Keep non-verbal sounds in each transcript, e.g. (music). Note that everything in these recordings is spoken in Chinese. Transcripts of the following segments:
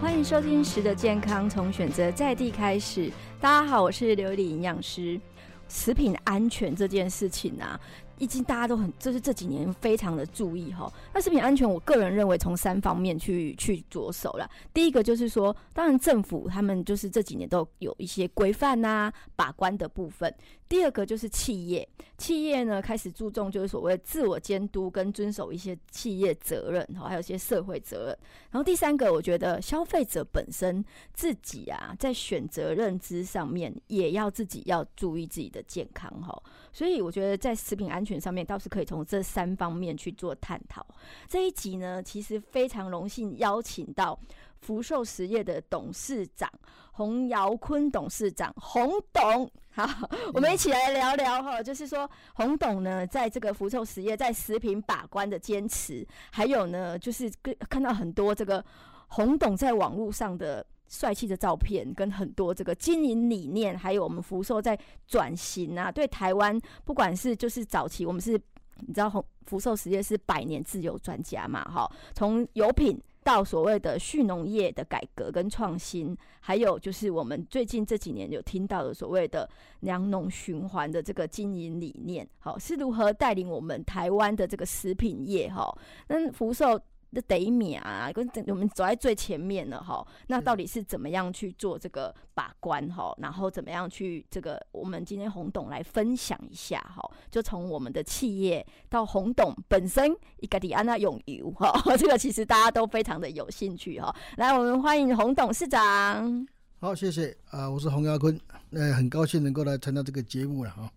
欢迎收听《食的健康》，从选择在地开始。大家好，我是琉璃营养师。食品安全这件事情啊，已经大家都很，就是这几年非常的注意哈。那食品安全，我个人认为从三方面去去着手了。第一个就是说，当然政府他们就是这几年都有一些规范呐、把关的部分。第二个就是企业，企业呢开始注重就是所谓自我监督跟遵守一些企业责任，哈，还有一些社会责任。然后第三个，我觉得消费者本身自己啊，在选择认知上面也要自己要注意自己的健康哈。所以我觉得在食品安全上面倒是可以从这三方面去做探讨。这一集呢，其实非常荣幸邀请到福寿实业的董事长洪尧坤董事长洪董。 (laughs) 好，我们一起来聊聊哈，就是说洪董呢，在这个福寿实业在食品把关的坚持，还有呢，就是跟看到很多这个洪董在网络上的帅气的照片，跟很多这个经营理念，还有我们福寿在转型啊，对台湾不管是就是早期我们是，你知道洪福寿实业是百年自由专家嘛，哈，从油品。到所谓的畜农业的改革跟创新，还有就是我们最近这几年有听到的所谓的粮农循环的这个经营理念，好是如何带领我们台湾的这个食品业哈？那福寿的得米啊，跟我们走在最前面了哈。那到底是怎么样去做这个把关哈？然后怎么样去这个？我们今天洪董来分享一下哈，就从我们的企业到洪董本身，伊个里安娜永油哈， (laughs) 这个其实大家都非常的有兴趣哈。来，我们欢迎洪董事长。好，谢谢啊、我是洪耀坤，呃，很高兴能够来参加这个节目了哈、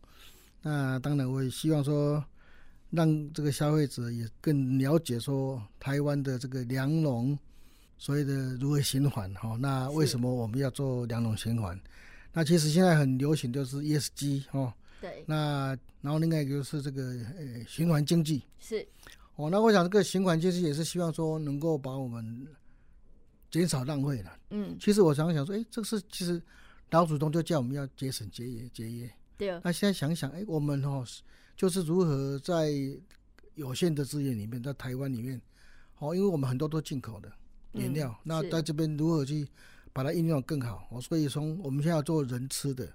那当然，我也希望说，让这个消费者也更了解说台湾的这个粮农所谓的如何循环哈、那为是什么我们要做粮农循环？那其实现在很流行就是 ESG 哦，对，那然后另外一个就是这个呃循环经济是哦。那我想这个循环经济也是希望说能够把我们减少浪费了。嗯，其实我常常想说，哎，这是其实老祖宗就叫我们要节省、节约、节约。对，那现在想想，哎，我们哦，就是如何在有限的资源里面，在台湾里面，哦，因为我们很多都进口的原料，那是在这边如何去把它应用得更好？哦，所以从我们现在要做人吃的、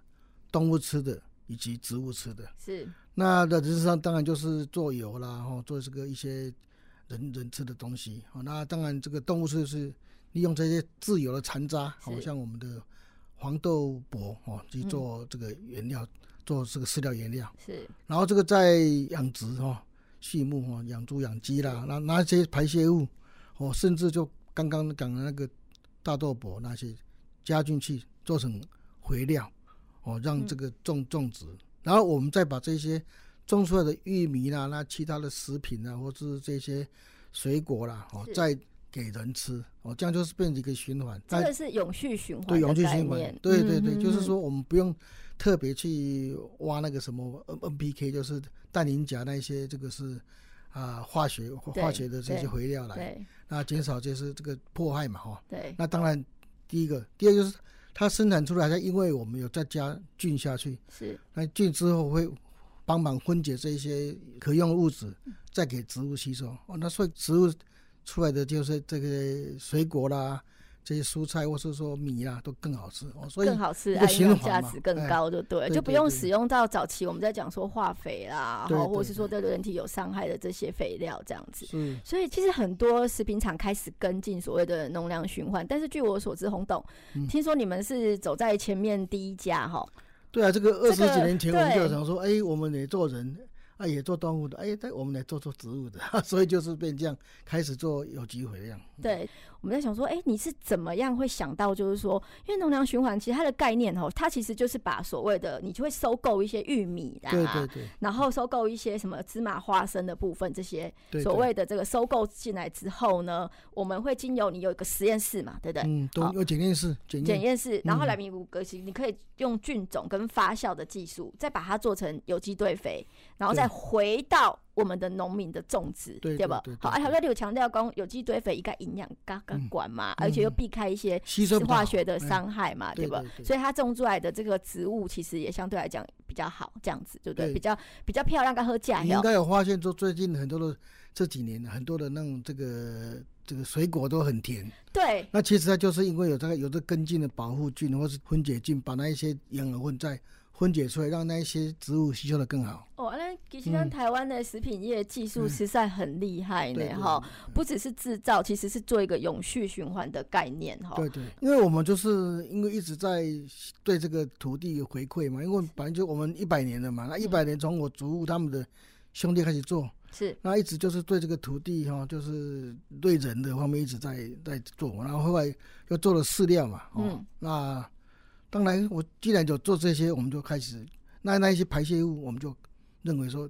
动物吃的以及植物吃的，是那在人身上当然就是做油啦，哦，做这个一些人人吃的东西。哦，那当然这个动物是是利用这些自由的残渣，好、是哦、像我们的黄豆粕哦，去做这个原料，做这个饲料原料。是然后这个在养殖哦，畜牧哦，养猪养鸡啦，那那些排泄物哦，甚至就刚刚讲的那个大豆粕那些加进去做成肥料哦，让嗯这个种种植，然后我们再把这些种出来的玉米啦，那其他的食品啊，或是这些水果啦哦是，再给人吃哦，这样就是变成一个循环。这但个是永续循环对，永的续概循环念，对对对，嗯就是，说我们不用特别去挖那个什么 N N P K，就是氮磷钾那一些，这个是啊、化学化对化学的这对些肥料来，对那减少就是这个迫害嘛哈。对那当然，第一个，第二个就是它生产出来，它因为我们有再加菌下去，是那菌之后会帮忙分解这一些可用物质，再给植物吸收。哦，那所以植物出来的就是这个水果啦，这些蔬菜或是说米啦，都更好吃。哦，所以更好吃，一个啊营循养环价嘛值更哎高，就对，对就对不用对使用到早期我们在讲说化肥啦，对然后或对是说对人体有伤害的这些肥料这样子。是所以其实很多食品厂开始跟进所谓的农粮循环，但是据我所知，洪董，嗯听说你们是走在前面第一家哈，对啊，这个二十这个几年前我们就对想说，哎，我们也做人。啊，也做动物的，哎，但我们来做做植物的， (laughs) 所以就是变这样，开始做有机肥料。对，我们在想说，哎、你是怎么样会想到，就是说，因为农粮循环其实它的概念哦，它其实就是把所谓的你就会收购一些玉米啦，对对对然后收购一些什么芝麻、花生的部分，这些对，所对谓的这个收购进来之后呢，我们会经由你有一个实验室嘛，对不对？嗯，都好有检验室，检检验验室，然后嗯来弥补革新，你可以用菌种跟发酵的技术，再把它做成有机堆肥，然后对再回到我们的农民的种植，对不对？对好，对而且对嗯这里有强调讲有机堆肥应该营养嘎嘎管嘛，而且又避开一些吸收比较化好学的哎伤害嘛，对不对？对所以它种出来的这个植物其实也相对来讲比较好，这样子对不对？对比较比较漂亮，跟喝价哦你哟应。该有发现，说最近很多的这几年很多的那种这个这个水果都很甜。对，那其实它就是因为有这个有这根茎的保护菌或是分解菌，把那一些盐和混在分解出来，让那一些植物吸收的更好。哦，那其实咱嗯台湾的食品业技术实在很厉害对呢，嗯对哈、不只是制造，其实是做一个永续循环的概念，哈。对对，因为我们就是因为一直在对这个土地有回馈嘛，因为反正就我们一百年了嘛，那一百年从我祖父他们的兄弟开始做，是，那一直就是对这个土地哈、就是对人的方面一直在在做，然后后来又做了饲料嘛，哦，嗯那当然我既然有做这些，我们就开始那那一些排泄物，我们就认为说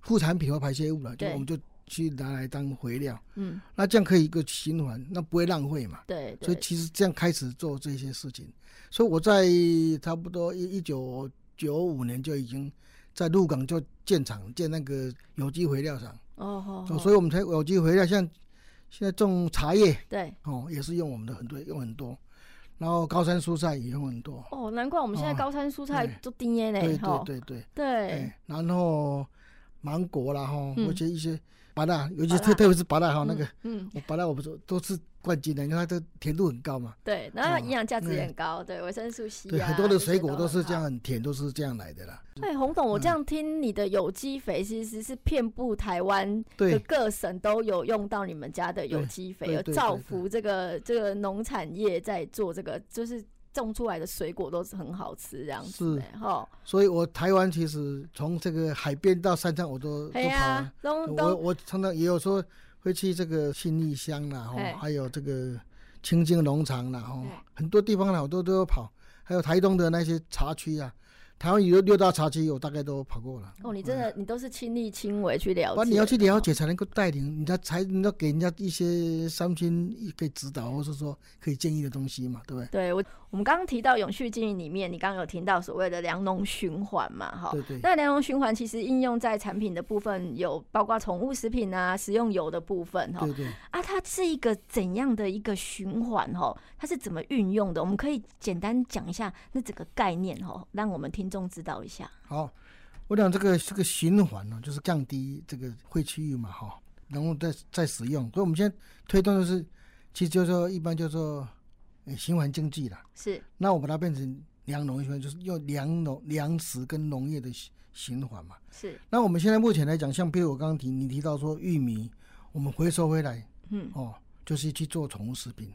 副产品或排泄物了，就对我们就去拿来当肥料，嗯，那这样可以一个循环，那不会浪费嘛。对所以对，其实这样开始做这些事情，所以我在差不多一一九九五年就已经在鹿港就建厂建那个有机肥料厂，哦吼哦，吼所以我们才有机肥料，像现在种茶叶对。哦，也是用我们的很多用很多，然后高山蔬菜也用很多，哦，难怪我们现在哦高山蔬菜对都低耶对呢，对哈。对对，对哎，然后芒果啦哈，嗯而且一些芭乐，尤其芭乐特特别是芭乐哈，哦那个嗯，嗯，我芭乐我不是都是冠军的，因为它的甜度很高嘛。对，然后哦营养价值也哎很高，对，维生素 C 对，啊很多的这些水果都是很这样好。很甜，都是这样来的啦。对，洪总，我这嗯样听你的有机肥其实是遍布台湾的对各省都有用到你们家的有对机肥，对而对造对对福这个这个农产业在做这个，就是种出来的水果都是很好吃这样子是欸，哈。所以我台湾其实从这个海边到山上我都哎都跑呀啊。，东我东我常常也有说会去这个信义乡啦，吼哎，还有这个清境农场啦，吼哎，很多地方啦，我都都有跑。还有台东的那些茶区啊，台湾有六大茶区，我大概都跑过了。哦，你真的你都是亲力亲为去了哎不解，然你要去了，解，才能够带领人家，才能够给人家一些三心可以指导，或是说可以建议的东西嘛，对不对？对我，我们刚刚提到永续经营里面，你刚刚有听到所谓的粮农循环嘛，哈。对对。那粮农循环其实应用在产品的部分有包括宠物食品啊、食用油的部分哈对对，啊，它是一个怎样的一个循环哈？它是怎么运用的？我们可以简单讲一下那整个概念哈，让我们听众知道一下。好，我讲这个这个循环呢、就是降低这个废区域嘛，哈、然后再再使用。所以我们现在推动的是，其实就是说一般叫做、呃循环经济啦。是那我把它变成粮农循环，就是用粮农粮食跟农业的循循环嘛。是，那我们现在目前来讲，像比如我刚刚提你提到说玉米，我们回收回来嗯，哦，就是去做宠物食品。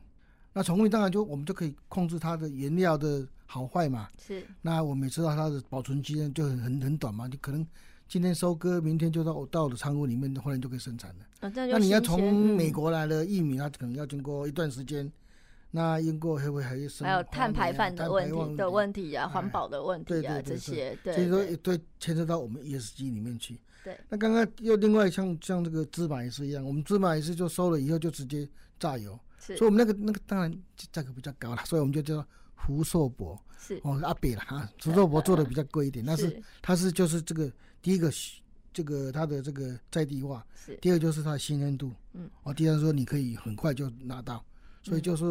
那宠物当然就我们就可以控制它的原料的好坏嘛。是那我们也知道它的保存期间就很很很短嘛，就可能今天收割，明天就到到我的仓库里面，后来就可以生产了。啊，这就那你要新鲜从美、嗯国来的玉米，它可能要经过一段时间，那经过还会还有什么还有碳排放的问题的题，问题啊，哎环保的问对题啊，对对这对些对，所以说对也对牵涉到我们 ESG 里面去。对，那刚刚又另外像像这个芝麻也是一样，我们芝麻也是就收了以后就直接榨油，是所以我们那个那个当然价格比较高了，所以我们就叫福寿伯是哦阿北了哈，福寿伯 (laughs) 做的比较贵一点，但是它是就是这个第一个是这个它的这个在地化，是第二个就是它的新鲜度，嗯，哦，第三说你可以很快就拿到，所以嗯就是、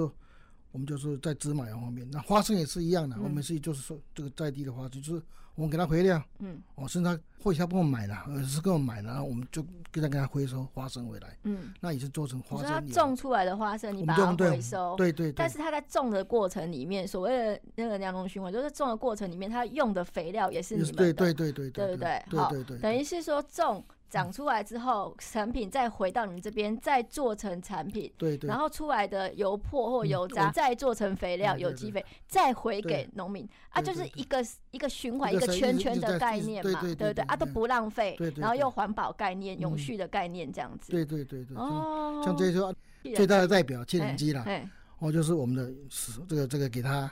我们就是在芝麻油方面，那花生也是一样的，嗯我们是就是说这个在地的花生，就是我们给它肥料，嗯哦，甚至他或许他不跟我买了，而是跟我买了，然后我们就给他给他回收花生回来，嗯，那也是做成你花说它生油，种出来的花生，你我把们就它用对回收，对对对，但是它在种的过程里面，所谓的那个粮农循环，就是种的过程里面，它用的肥料也是也你是们的，对对对对对对不对对好对对，等于是说种长出来之后，成品再回到你们这边，再做成产品。对对然后出来的油粕或嗯油渣，我再做成肥料、对对有机肥，再回给农民啊，就对是对对一个一个循环、一一个个生圈意一圈直的在概一直念对嘛，对对不对对啊？都对不浪费对，对然后对又环保概念、永嗯续的概念这样子。对对对对，像哦，像这些既然最大的代表切哎人机啦，哎哦，就是我们的食这个这个给它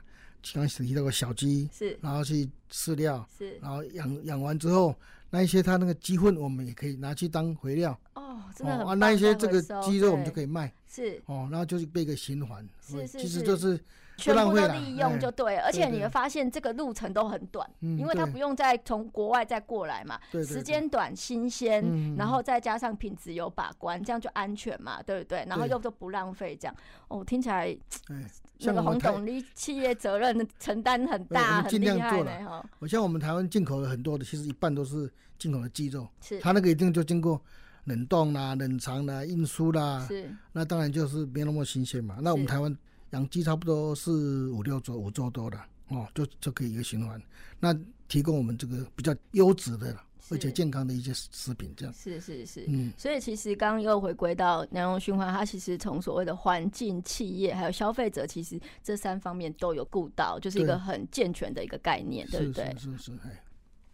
刚刚提到过小鸡，是然后去饲料，是然后养养完之后，那一些它那个鸡粪我们也可以拿去当肥料，哦，真哦的很啊，棒那一些再这回个收鸡肉我们就对可以卖是哦，然后就是被一个循环，是所以是其实是就是全浪部费都啦利用哎就对了，而对且你对会发现这个路程都很短，嗯，因为它不对用再从国外再过来嘛，对对时对间短、新鲜。嗯然后再加上品质有把关，这样就安全嘛，对不对？然后对又都不浪费，这样哦，听起来哎，那像个我洪们台董，你企业责任承担很我大，们很尽厉量害做呢，哈，我像我们台湾进口的很多的，其实一半都是进口的鸡肉，是它那个一定就经过冷冻啦、冷藏啦、运输啦，是那当然就是没那么新鲜嘛。那我们是台湾养鸡差不多是五六周、五周多了哦，就就可以一个循环。那提供我们这个比较优质的啦，而且是健康的一些食食品，这样。是是是。嗯，所以其实刚刚又回归到南荣循环，它其实从所谓的环境、企业还有消费者，其实这三方面都有顾到，就是一对个很健全的一个概念，对是不对？是是是，哎，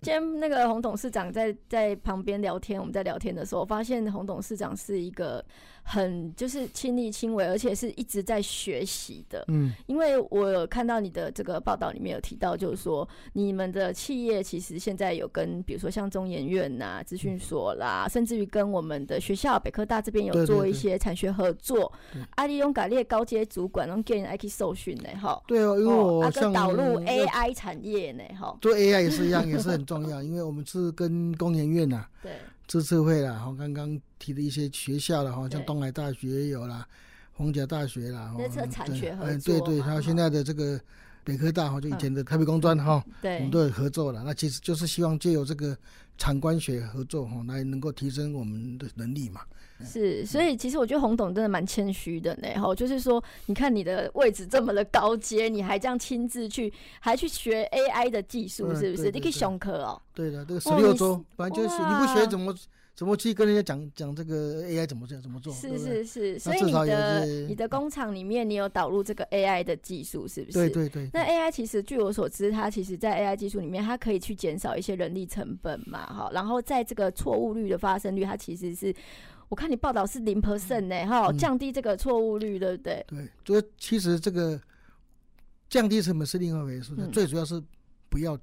今天那个洪董事长在在旁边聊天，我们在聊天的时候，我发现洪董事长是一个很就是亲力亲为，而且是一直在学习的。嗯，因为我有看到你的这个报道里面有提到，就是说你们的企业其实现在有跟，比如说像中研院呐、资讯所嗯啦，甚至于跟我们的学校北科大这边有对对做一对些产学合作对。阿利用改列高阶主管用 g a i n IT 受训呢，哈，对哦，因为哦我啊跟像导入要 AI 产业呢，哈，做 AI 也是一样，也是很重要， (laughs) 因为我们是跟工研院啊、对，自治会啦，哈，刚刚提的一些学校了哈，像对东海大学也有啦，红甲大学啦，那哦这产对学合哎作对对，嘛还有现哈嗯在的这个北科大哈，哦就以前的台北工专哦哈，我对们，都有合作了。那其实就是希望借由这个产官学合作哈，来能够提升我们的能力嘛。是，所嗯以其实我觉得洪董真的蛮谦虚的呢，哈，就是说，你看你的位置这么的高阶，你还这样亲自去，还去学 AI 的技术，嗯是不是？对你对可以对上课哦，对的，这个十哇六你周，反正就是你不哇学怎么怎么去跟人家讲讲这个 AI 怎么这样怎么做，是对不对是是，所那以至你少也的是你的工厂里面，你有导入这个 AI 的技术，是不是？对对对，那 AI 其实据我所知，它其实在 AI 技术里面，它可以去减少一些人力成本嘛，哈。然后在这个错误率的发生率，它其实是，我看你报道是零 percent 呢，哈、嗯降低这个错误率，对不对？对，所以其实这个降低成本是另外一回事，嗯最主要是不要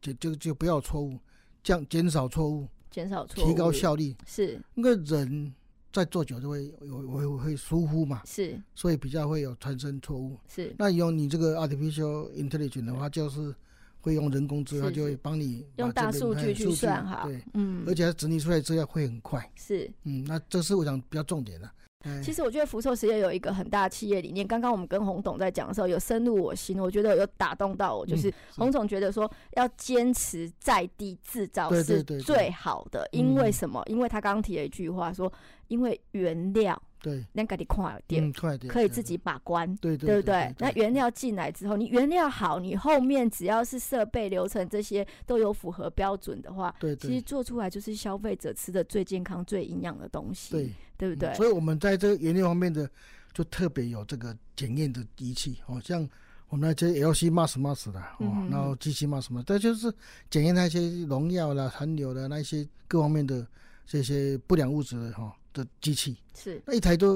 就就就不要错误，降减少错误，减少错误，提高效率。是那个人在做久就会会会会疏忽嘛，是所以比较会有产生错误。是，那用你这个 artificial intelligence 的话，就是会用人工智是能，它就是会帮你用把大这数个据哎去算哈对，，嗯而，且它整理出来资料会很快。是。嗯，那这是我想比较重点的、哎其实我觉得福寿实业有一个很大的企业理念，刚刚我们跟洪董在讲的时候，有深入我心，我觉得有打动到我，就是嗯洪总觉得说要坚持在地制造对是对对对最好的，因为嗯什么？因为他刚刚提了一句话说，因为原料对，能给你快点，嗯，快点可以对自己把关。对对对不对？那原料进来之后，你原料好，你后面只要是设备、流程这些都有符合标准的话，对其实对做出来就是消费者吃的最健康、最营养的东西，对。对不嗯对？所以我们在这个原料方面的，就特别有这个检验的仪器，哦，像我们那些 LC mass mass 的，哦，嗯哼然后机器 mass mass，这就是检验那些农药啦、残留的那一些各方面的这些不良物质的哈、哦、的机器，是那一台都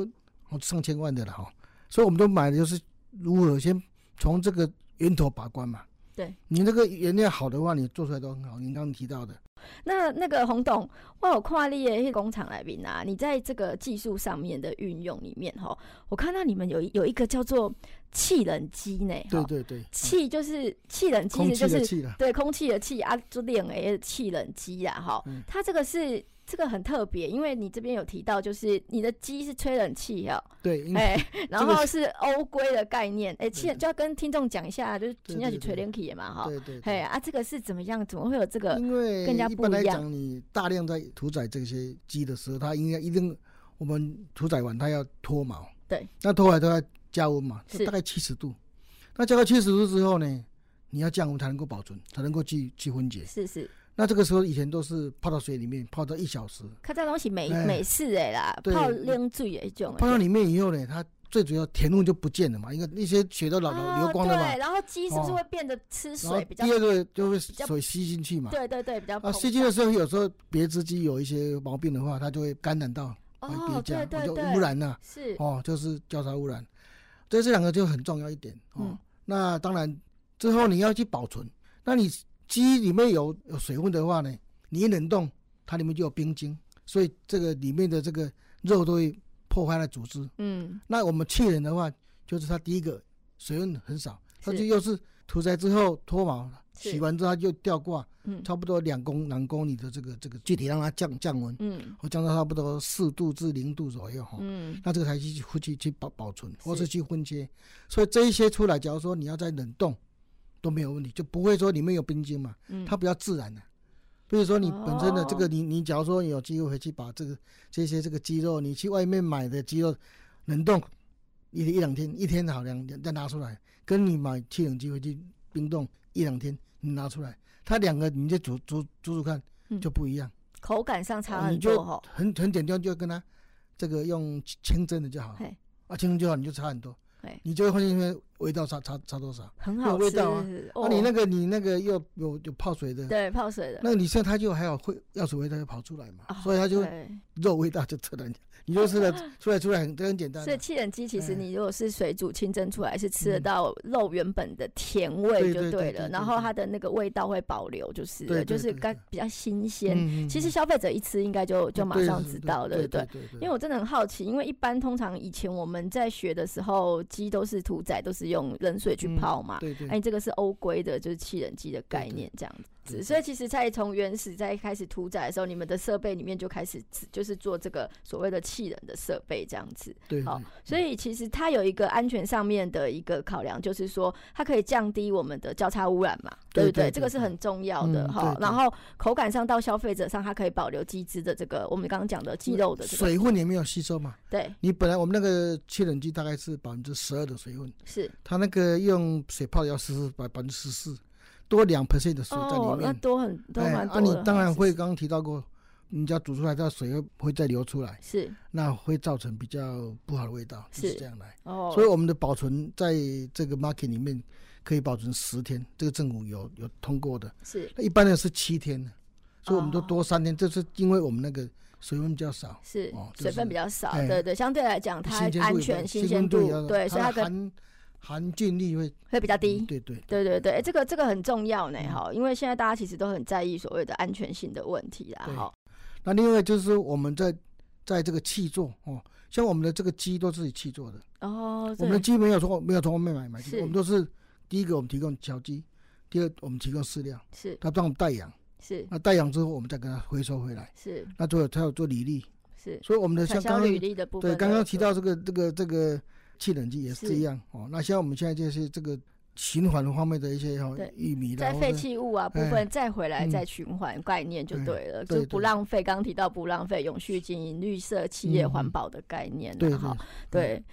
哦上千万的了哈、哦，所以我们都买的就是如何先从这个源头把关嘛。对，你那个原料好的话，你做出来都很好。您刚刚提到的，那那个洪董，我有看你的迄工厂来面啊，你在这个技术上面的运用里面吼，我看到你们有一有一个叫做气冷机呢，对吼，对对，气就是气冷机，空气就的是气了，对空气的气啊，就冷诶气冷机啦，哈嗯，它这个是。这个很特别，因为你这边有提到，就是你的鸡是吹冷气哦，对，因为哎、 (laughs) 然这个后是欧规的概念，哎、气对就要跟听众讲一下，就是对人家对去吹对冷气的嘛，哈，对对，哎对啊，这个是怎么样？怎么会有这个？因为更加一不般一来样讲，你大量在屠宰这些鸡的时候，它应该一定，我们屠宰完它要脱毛，对，那脱完都要加温嘛，是大概七十度。那加到七十度之后呢，你要降温才能够保存，才能够去去分解。是是，那这个时候以前都是泡到水里面，泡到一小时，较早拢是美哎美式的啦，对泡冷水的迄种的。泡到里面以后呢，它最主要甜度就不见了嘛，因为那些血都老哦流流光了嘛对，，然后鸡是不是哦会变得吃然后水比较？第二个就会较水吸进去嘛。对对对，比较膨啊，胀吸进的时候，有时候别只鸡有一些毛病的话，它就会感染到啊，哦，别对家，对就对，污染呐、是哦，就是交叉污染，所以这两个就很重要一点哦。嗯那当然之后你要去保存，那你鸡里面有有水分的话呢，你一冷冻，它里面就有冰晶，所以这个里面的这个肉都会破坏了组织。嗯那我们气人的话，就是它第一个水分很少，它是就又是屠宰之后脱毛，是洗完之后它就吊挂，嗯差不多两公两公里的这个这个距离让它降降温，嗯我降到差不多四度至零度左右哈。嗯那这个才去去去去保保存，或是是去分切。所以这一些出来，假如说你要再冷冻，都没有问题，就不会说里面有冰晶嘛，嗯，它比较自然的、啊比如说你本身的这哦个，你你假如说有机会回去把这个这些这个鸡肉，你去外面买的鸡肉冷冻一一两天，一天好两两再拿出来，跟你买去冷机回去冰冻一两天，你拿出来，它两个你就煮煮煮煮看嗯就不一样，口感上差哦很你就多哈。很很简单，就跟它这个用清清蒸的就好嘿，啊，清蒸就好，你就差很多嘿，你就会发现因为味道差差差多少，很好有味吃道啊哦啊，你那个你那个又有有泡水的，对泡水的，那你像它就还有会药水味道就跑出来嘛，哦所以它就对肉味道就出来，你 (laughs) 就吃了出来出来很这很简单所以的，气冷鸡其实哎你如果是水煮清蒸出来，是吃得嗯到肉原本的甜味对就对对了，对然对后对它的那个味道会保留，就是了对对就是对刚对比较新鲜。嗯其实消费者一吃应该就就马上知道，对对不对？对对，因为我真的很好奇，因为一般通常以前我们在学的时候，鸡都是屠宰，都是用冷水去嗯泡嘛。对对哎，这个是欧规的，就是气冷机的概对念这样对子。对所以其实，在从原始在开始屠宰的时候，你们的设备里面就开始就是做这个所谓的气冷的设备这样子。对，嗯好对所以其实它有一个安全上面的一个考量，就是说它可以降低我们的交叉污染嘛，对不对？对这个对是很重要的嗯哈。对对然后口感上到消费者上，它可以保留鸡汁的这个我们刚刚讲的鸡肉的这个，水分也没有吸收嘛，对，你本来我们那个气冷机大概是百分之十二的水分，是它那个用水泡要十四百百分之十四，多两 percent 的水在里哦那面，多很多哎，蛮啊，多你的哈当然是会刚刚提到过，你只要煮出来，它水会会再流出来，是那会造成比较不好的味道，就是这样来。哦，所以我们的保存在这个 market 里面可以保存十天，这个政府有有通过的。是那一般的是七天，所以我们都哦多三天，这是因为我们那个水温比较少，是哦就水分是比较少，哎对对，相对来讲它新鲜安度也全不新鲜度也度要对，所以它可含含菌率会会比较低嗯。对对嗯对对对，这个这个很重要呢，哈，因为现在大家其实都很在意所谓的安全性的问题啦，对哈，那另外就是我们在在这个气做哦，像我们的这个鸡都自己气做的，哦，我们的对鸡没有从没有从外面买买是鸡，我们都是第一个我们提供小鸡，第二我们提供饲料，是它帮我们代养，是那代养之后我们再给它回收回来，是那最后它有做履历。是，所以我们的传像销刚履刚历的部分对都刚有刚提做到这个这个这个气冷机也是是这样哦。那像我们现在就是这个循环方面的一些哦对，玉米啦，在或废者 (laughs) 弃物啊部哎分再回来嗯再循环概念就对对了，对就不对浪费。刚刚提到不浪费、永续经营、绿色企业、嗯环保的概念对啊，对哈，对，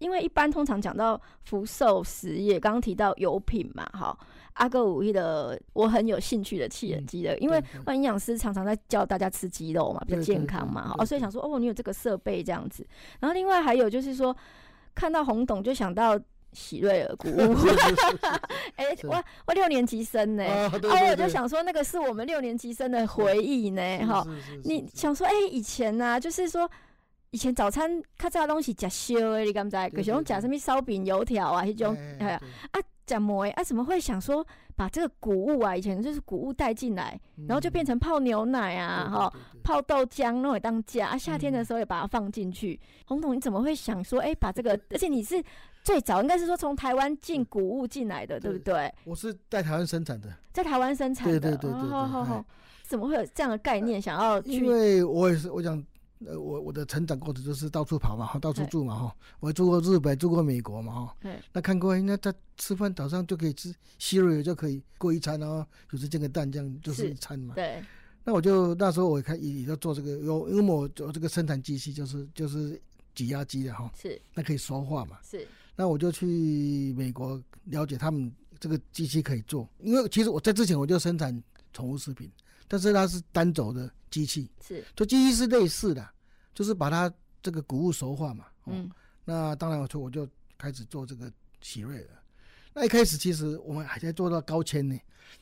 因为一般通常讲到福寿实业，刚刚提到油品嘛，哈，啊阿哥五一的我很有兴趣的气人鸡的，因为嗯对对万营养师常常在教大家吃鸡肉嘛，比较对对健康嘛对，对哦，所以想说哦，你有这个设备这样子。然后另外还有就是说，看到红董就想到喜瑞尔谷物， (laughs) 是是是 (laughs) 哎、是我我六年级生呢、啊对啊，我对就对想说那个是我们六年级生的回忆呢，是哈，是是是你是想说，哎、以前呐、就是说，以前早餐较早拢是食烧的，你敢知？可对是拢对食什么烧饼、油条啊，迄种，哎哎呀，对食馍的啊，怎么会想说把这个谷物啊，以前就是谷物带进来，然后就变成泡牛奶啊，哈、，嗯泡豆浆那也当家，啊，夏天的时候也把它放进去。洪董，你怎么会想说，哎、把这 (laughs) 个，而且你是最早应该是说从台湾进谷物进来的，对不对对？我是在台湾生产的，在台湾生产的，对对对对嗯对哦，哎怎么会有这样的概念，想要因去为我也是我想。呃，我我的成长过程就是到处跑嘛，哈，到处对住嘛，哈，我住过日本，住过美国嘛，哈，对那看过，哎那他吃饭早上就可以吃稀瑞就可以过一餐，然后就是煎个蛋这样就是是一餐嘛。对那我就那时候我看也也就做这个，有因为我做这个生产机器就是就是挤压机的哈，是那可以说话嘛。是那我就去美国了解他们这个机器可以做，因为其实我在之前我就生产宠物食品，但是它是单轴的机器，是，就机器是类似的，就是把它这个谷物熟化嘛。哦、嗯，那当然，我就我就开始做这个喜瑞了。那一开始其实我们还在做到高纤呢，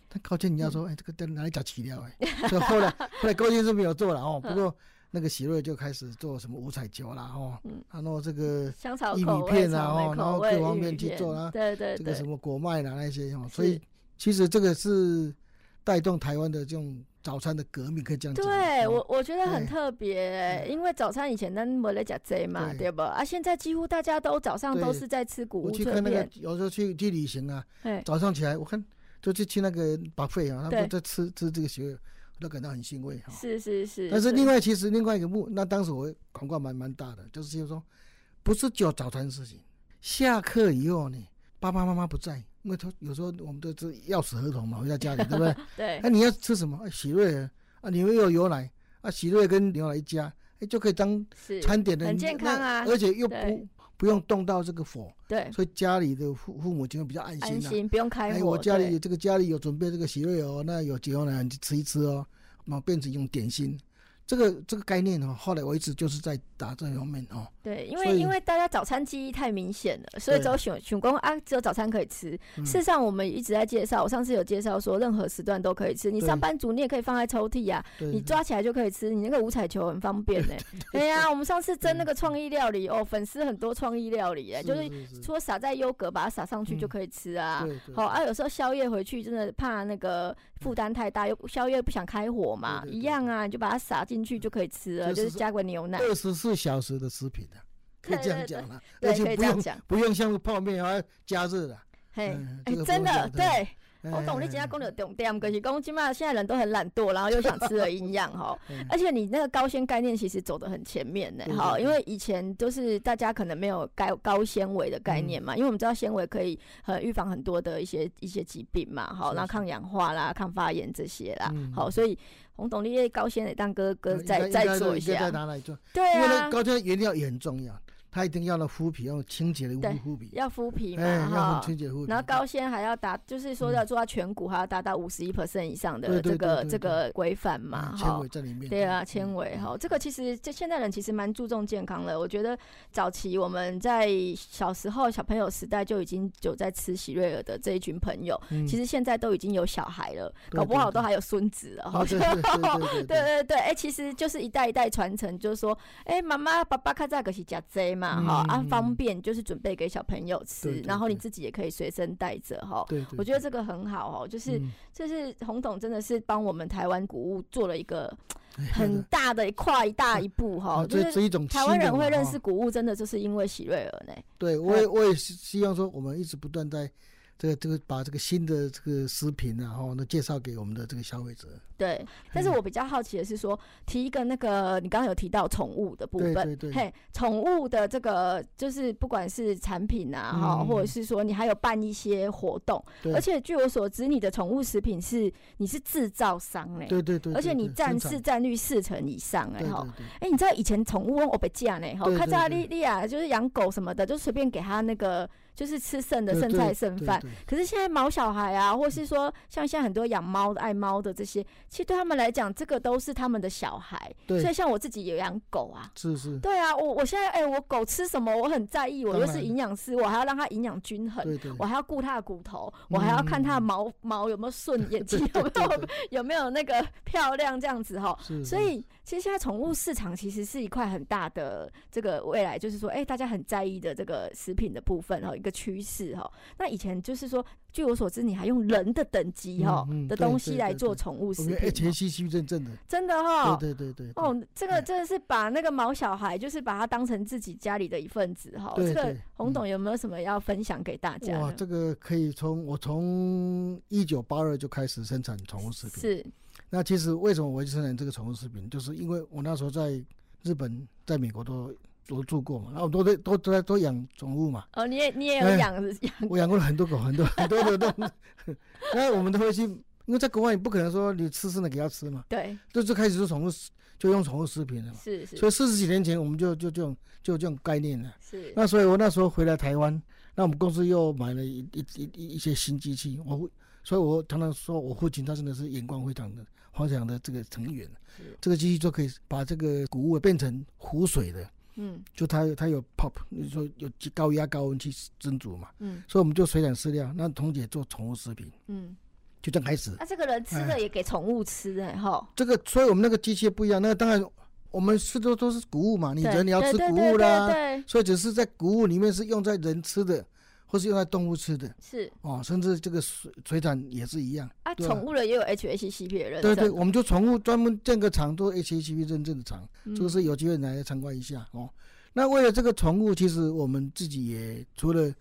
但高纤你要嗯说，哎、这个在哪里找起料哎？所以后来后来高纤是没有做了哦。不过那个喜瑞就开始做什么五彩球啦哦，嗯然后这个香草玉米口味、片啊草莓哦然口后味、各方芋面去片做啊对对这个对什，么果麦啦那些哦，是所以其实这个是带动台湾的这种早餐的革命，可以这样讲。对嗯我我觉得很哎特别，欸嗯因为早餐以前咱没来讲这嘛，对对不？啊，现在几乎大家都早上都对是在吃谷我物去脆看那个片，，有时候去去旅行啊，哎，早上起来，我看就去去那个把费啊，他对们在吃吃这个学，我都感到很欣慰哈、是是是，但是另外，其实另外一个目，那当时我广告蛮蛮大的，就是就是说，不是只有早餐的事情，下课以后呢，爸爸妈妈不在，因为他有时候我们都是钥匙合同嘛，回到家里，对不对？对那、你要吃什么？哎喜瑞儿，啊，你们有牛奶啊，喜瑞跟牛奶一家，哎、就可以当是餐点的，很你健康那啊而且又对不不用动到这个火，对，所以家里的父父母就会比较安安心啊。心不用开哎，火。我家里对有这个家里有准备这个喜瑞哦，那有几牛奶你吃一吃哦，然后变成一种点心。这个这个概念哦，后来我一直就是在打这方面哦，对，因所为以因为大家早餐记忆太明显了，所以对只有选选工啊，只有早餐可以吃。嗯事实上，我们一直在介绍，我上次有介绍说，任何时段都可以吃。你对上班族你也可以放在抽屉呀、对，你抓起来就可以吃。你那个五彩球很方便呢、对呀、我们上次蒸那个创意料理哦，粉丝很多创意料理哎、就是是说撒在优格，把它撒上去嗯就可以吃啊。对对嗯好啊，有时候宵夜回去真的怕那个负担太大，又宵夜不想开火嘛，对对对一样啊，你就把它撒进去就可以吃了，就就是是加个牛奶，二十四小时的食品的、可以这样对对讲了，对，而且可以不这样用讲，不用像个泡面还要加热了。嘿，嗯哎这个，不真用的讲对对，我哎懂你今天讲的重点，可是讲今嘛现在人都很懒惰，然后又想吃的营养哈 (laughs) 嗯，而且你那个高纤概念其实走得很前面呢对哈，对因为以前就是大家可能没有高高纤维的概嗯念嘛，因为我们知道纤维可以呃预防很多的一些一些疾病嘛，好，是然后抗氧化啦、抗发炎这些啦，嗯呃好，所以红董力高纤的当哥哥应再该应再该做应一该下再，拿来做，对因为那啊个，高纤原料也很重要，它一定要那麸皮，要清洁的对麸麸皮，要敷皮哎，嘛要哈很。清洁的麸皮。然后高纤还要达，就是说嗯要做到全股，还要达到五十一 percent 以上的对对这个对对这个规范嘛，嗯哈纤维。在里面。对啊，嗯纤维哈，这个其实这现代人其实蛮注重健康的。我觉得早期我们在小时候小朋友时代就已经有在吃喜瑞尔的这一群朋友，嗯其实现在都已经有小孩了，对搞不好对都对还有孙子了哈。啊对对对 (laughs) 对对对对对，哎、其实就是一代一代传承，就是说，哎、妈妈、爸爸看这个是加 Z 嘛，哈、啊嗯，方便就是准备给小朋友吃，对对然后你对自己也可以随身带着哈。对对，我觉得这个很好哦，就是、嗯就是洪董真的是帮我们台湾谷物做了一个哎很 (laughs) 大的跨一大一步哈、啊就这是是一种台湾新的人会嘛认哈识嗯谷物，真的就是因为喜瑞尔呢。对，我也我也希希望说，我们一直不断在这个这个把这个新的这个食品啊，哈，那介绍给我们的这个消费者。对，但是我比较好奇的是说，提一个那个你刚刚有提到宠物的部分，对对对嘿，宠物的这个就是不管是产品啊，哈、嗯或者是说你还有办一些活动，对而且据我所知，你的宠物食品是你是制造商嘞、对对对，而且对你对占生产市占率四成以上哎、对哈对。对哎、你知道以前宠物我被架呢，哈，对看对到对莉莉亚啊就是养狗什么的，就随便给它那个就是吃剩的对剩对菜剩对饭。对可是现在毛小孩啊，或是说像现在很多养猫的、爱猫的这些，其实对他们来讲，这个都是他们的小孩。对所以像我自己也养狗啊，是是，对啊，我我现在哎、我狗吃什么我很在意，我当又然是营养师，我还要让它营养均衡。对对，嗯我还要顾它的骨头，我还要看它的毛、毛有没有顺，眼睛对有没对有对有没有那个漂亮这样子哈。是，所是以其实现在宠物市场其实是一块很大的这个未来，就是说，哎、大家很在意的这个食品的部分哦哈，一个趋势哈。那以前就是说，据我所知，你还用人的等级哈、嗯嗯的对东西对来对做对宠物我食们哎品哦， HACCP 认证的，真的哈。对对对对，哦，这个哎真的是把那个毛小孩，就是把他当成自己家里的一份子哈。对这个对嗯洪董有没有什么要分享给大家哇，的？这个可以从我从一九八二就开始生产宠物食品。是，那其实为什么我会生产这个宠物食品，就是因为我那时候在日本、在美国都都住过嘛，然后我都在都都在都养宠物嘛，哦，你也你也有哎养养我养过很多狗，很多很多的动物。 (laughs) 那我们都会去，因为在国外你不可能说你吃剩的给它吃嘛， (laughs) 对，就就开始做宠物食，就用宠物食品了嘛。是是所以四十几年前我们就就这种就有这种概念了。是，那所以我那时候回来台湾，那我们公司又买了一一一一一些新机器，我父所以我常常说我父亲他真的是眼光非常的非常的这个成员是，这个机器就可以把这个谷物变成湖水的，嗯就它它有 pop，你说有高压高温去蒸煮嘛，嗯所以我们就水产饲料，那彤姐做宠物食品，嗯。就这样开始。那、这个人吃哎的也给宠物吃哎、哈，这个所以我们那个机器不一样，那个当然我们吃的都是谷物嘛，你对人你要对吃对谷对物啦，对对所以只是在谷物里面是用在人吃的，或是用在动物吃的是哦，甚至这个水水产也是一样。啊，对啊宠物人也有 HACCP 的认对证，对，我们就宠物专门建个厂，做 HACCP 认证的厂，嗯这个是有机会来参观一下哦。那为了这个宠物，其实我们自己也除了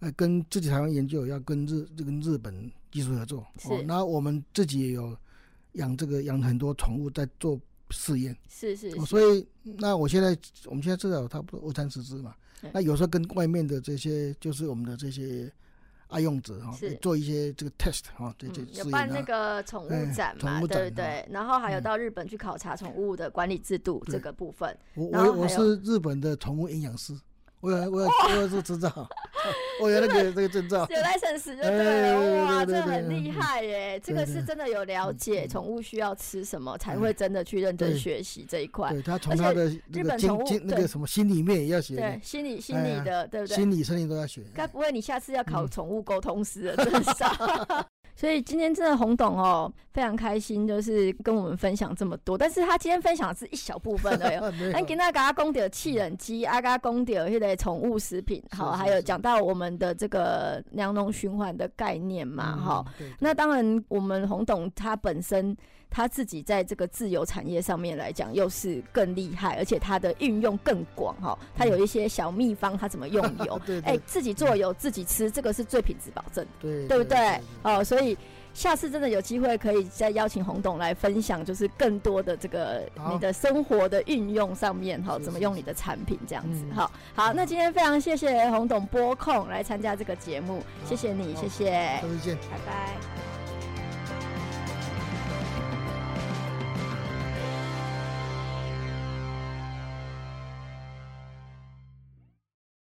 呃跟自己台湾研究，要跟日跟日本技术合作哦是。那我们自己也有养这个养很多宠物在做试验。嗯是是哦是，所以那我现在我们现在至少有差不多二三十只嘛对。那有时候跟外面的这些，就是我们的这些爱用者哈、是做一些这个 test 哈、这这嗯试有验办那啊。个宠物哎展宠嘛，物对展嗯不对？然后还有到日本去考察宠物的管理制度这对个部分。我然后我我还有是日本的宠物营养师，我有我有我有这个 (laughs) 执照，我有那个这个证照。有 license 就对了，哇，哎啊对对这很对厉害耶！这个对嗯哎是真的有了解宠物需要吃什么，才会真的去认真对学习这一块。对他而从且他的日那个本宠物经经那对个什么心里面也要学对的，，心理心哎理呀的，对不对？心理生理都要学。该不会你下次要考宠物沟通师了，真傻。嗯 (laughs) 所以今天真的洪董哦，非常开心，就是跟我们分享这么多。但是他今天分享的是一小部分而已 (laughs) 哦。啊 (laughs) 没有咱今仔给他讲到气冷机，啊，给他讲到迄个宠物食品，是好，是还有是讲到我们的这个粮农循环的概念嘛，哈、，嗯对对那当然，我们洪董他本身他自己在这个自由产业上面来讲，又是更厉害，而且他的运用更广哈。他有一些小秘方，他怎么用 (laughs) 油嗯？对对哎、自己做油自己吃，这个是最品质保证的，对对不对？哦，所以下次真的有机会可以再邀请洪董来分享，就是更多的这个好你的生活的运用上面哈，是怎么是用是你的产品这样子嗯哈。好，那今天非常谢谢洪董拨空来参加这个节目，好谢谢你，好谢谢，下次见。拜拜。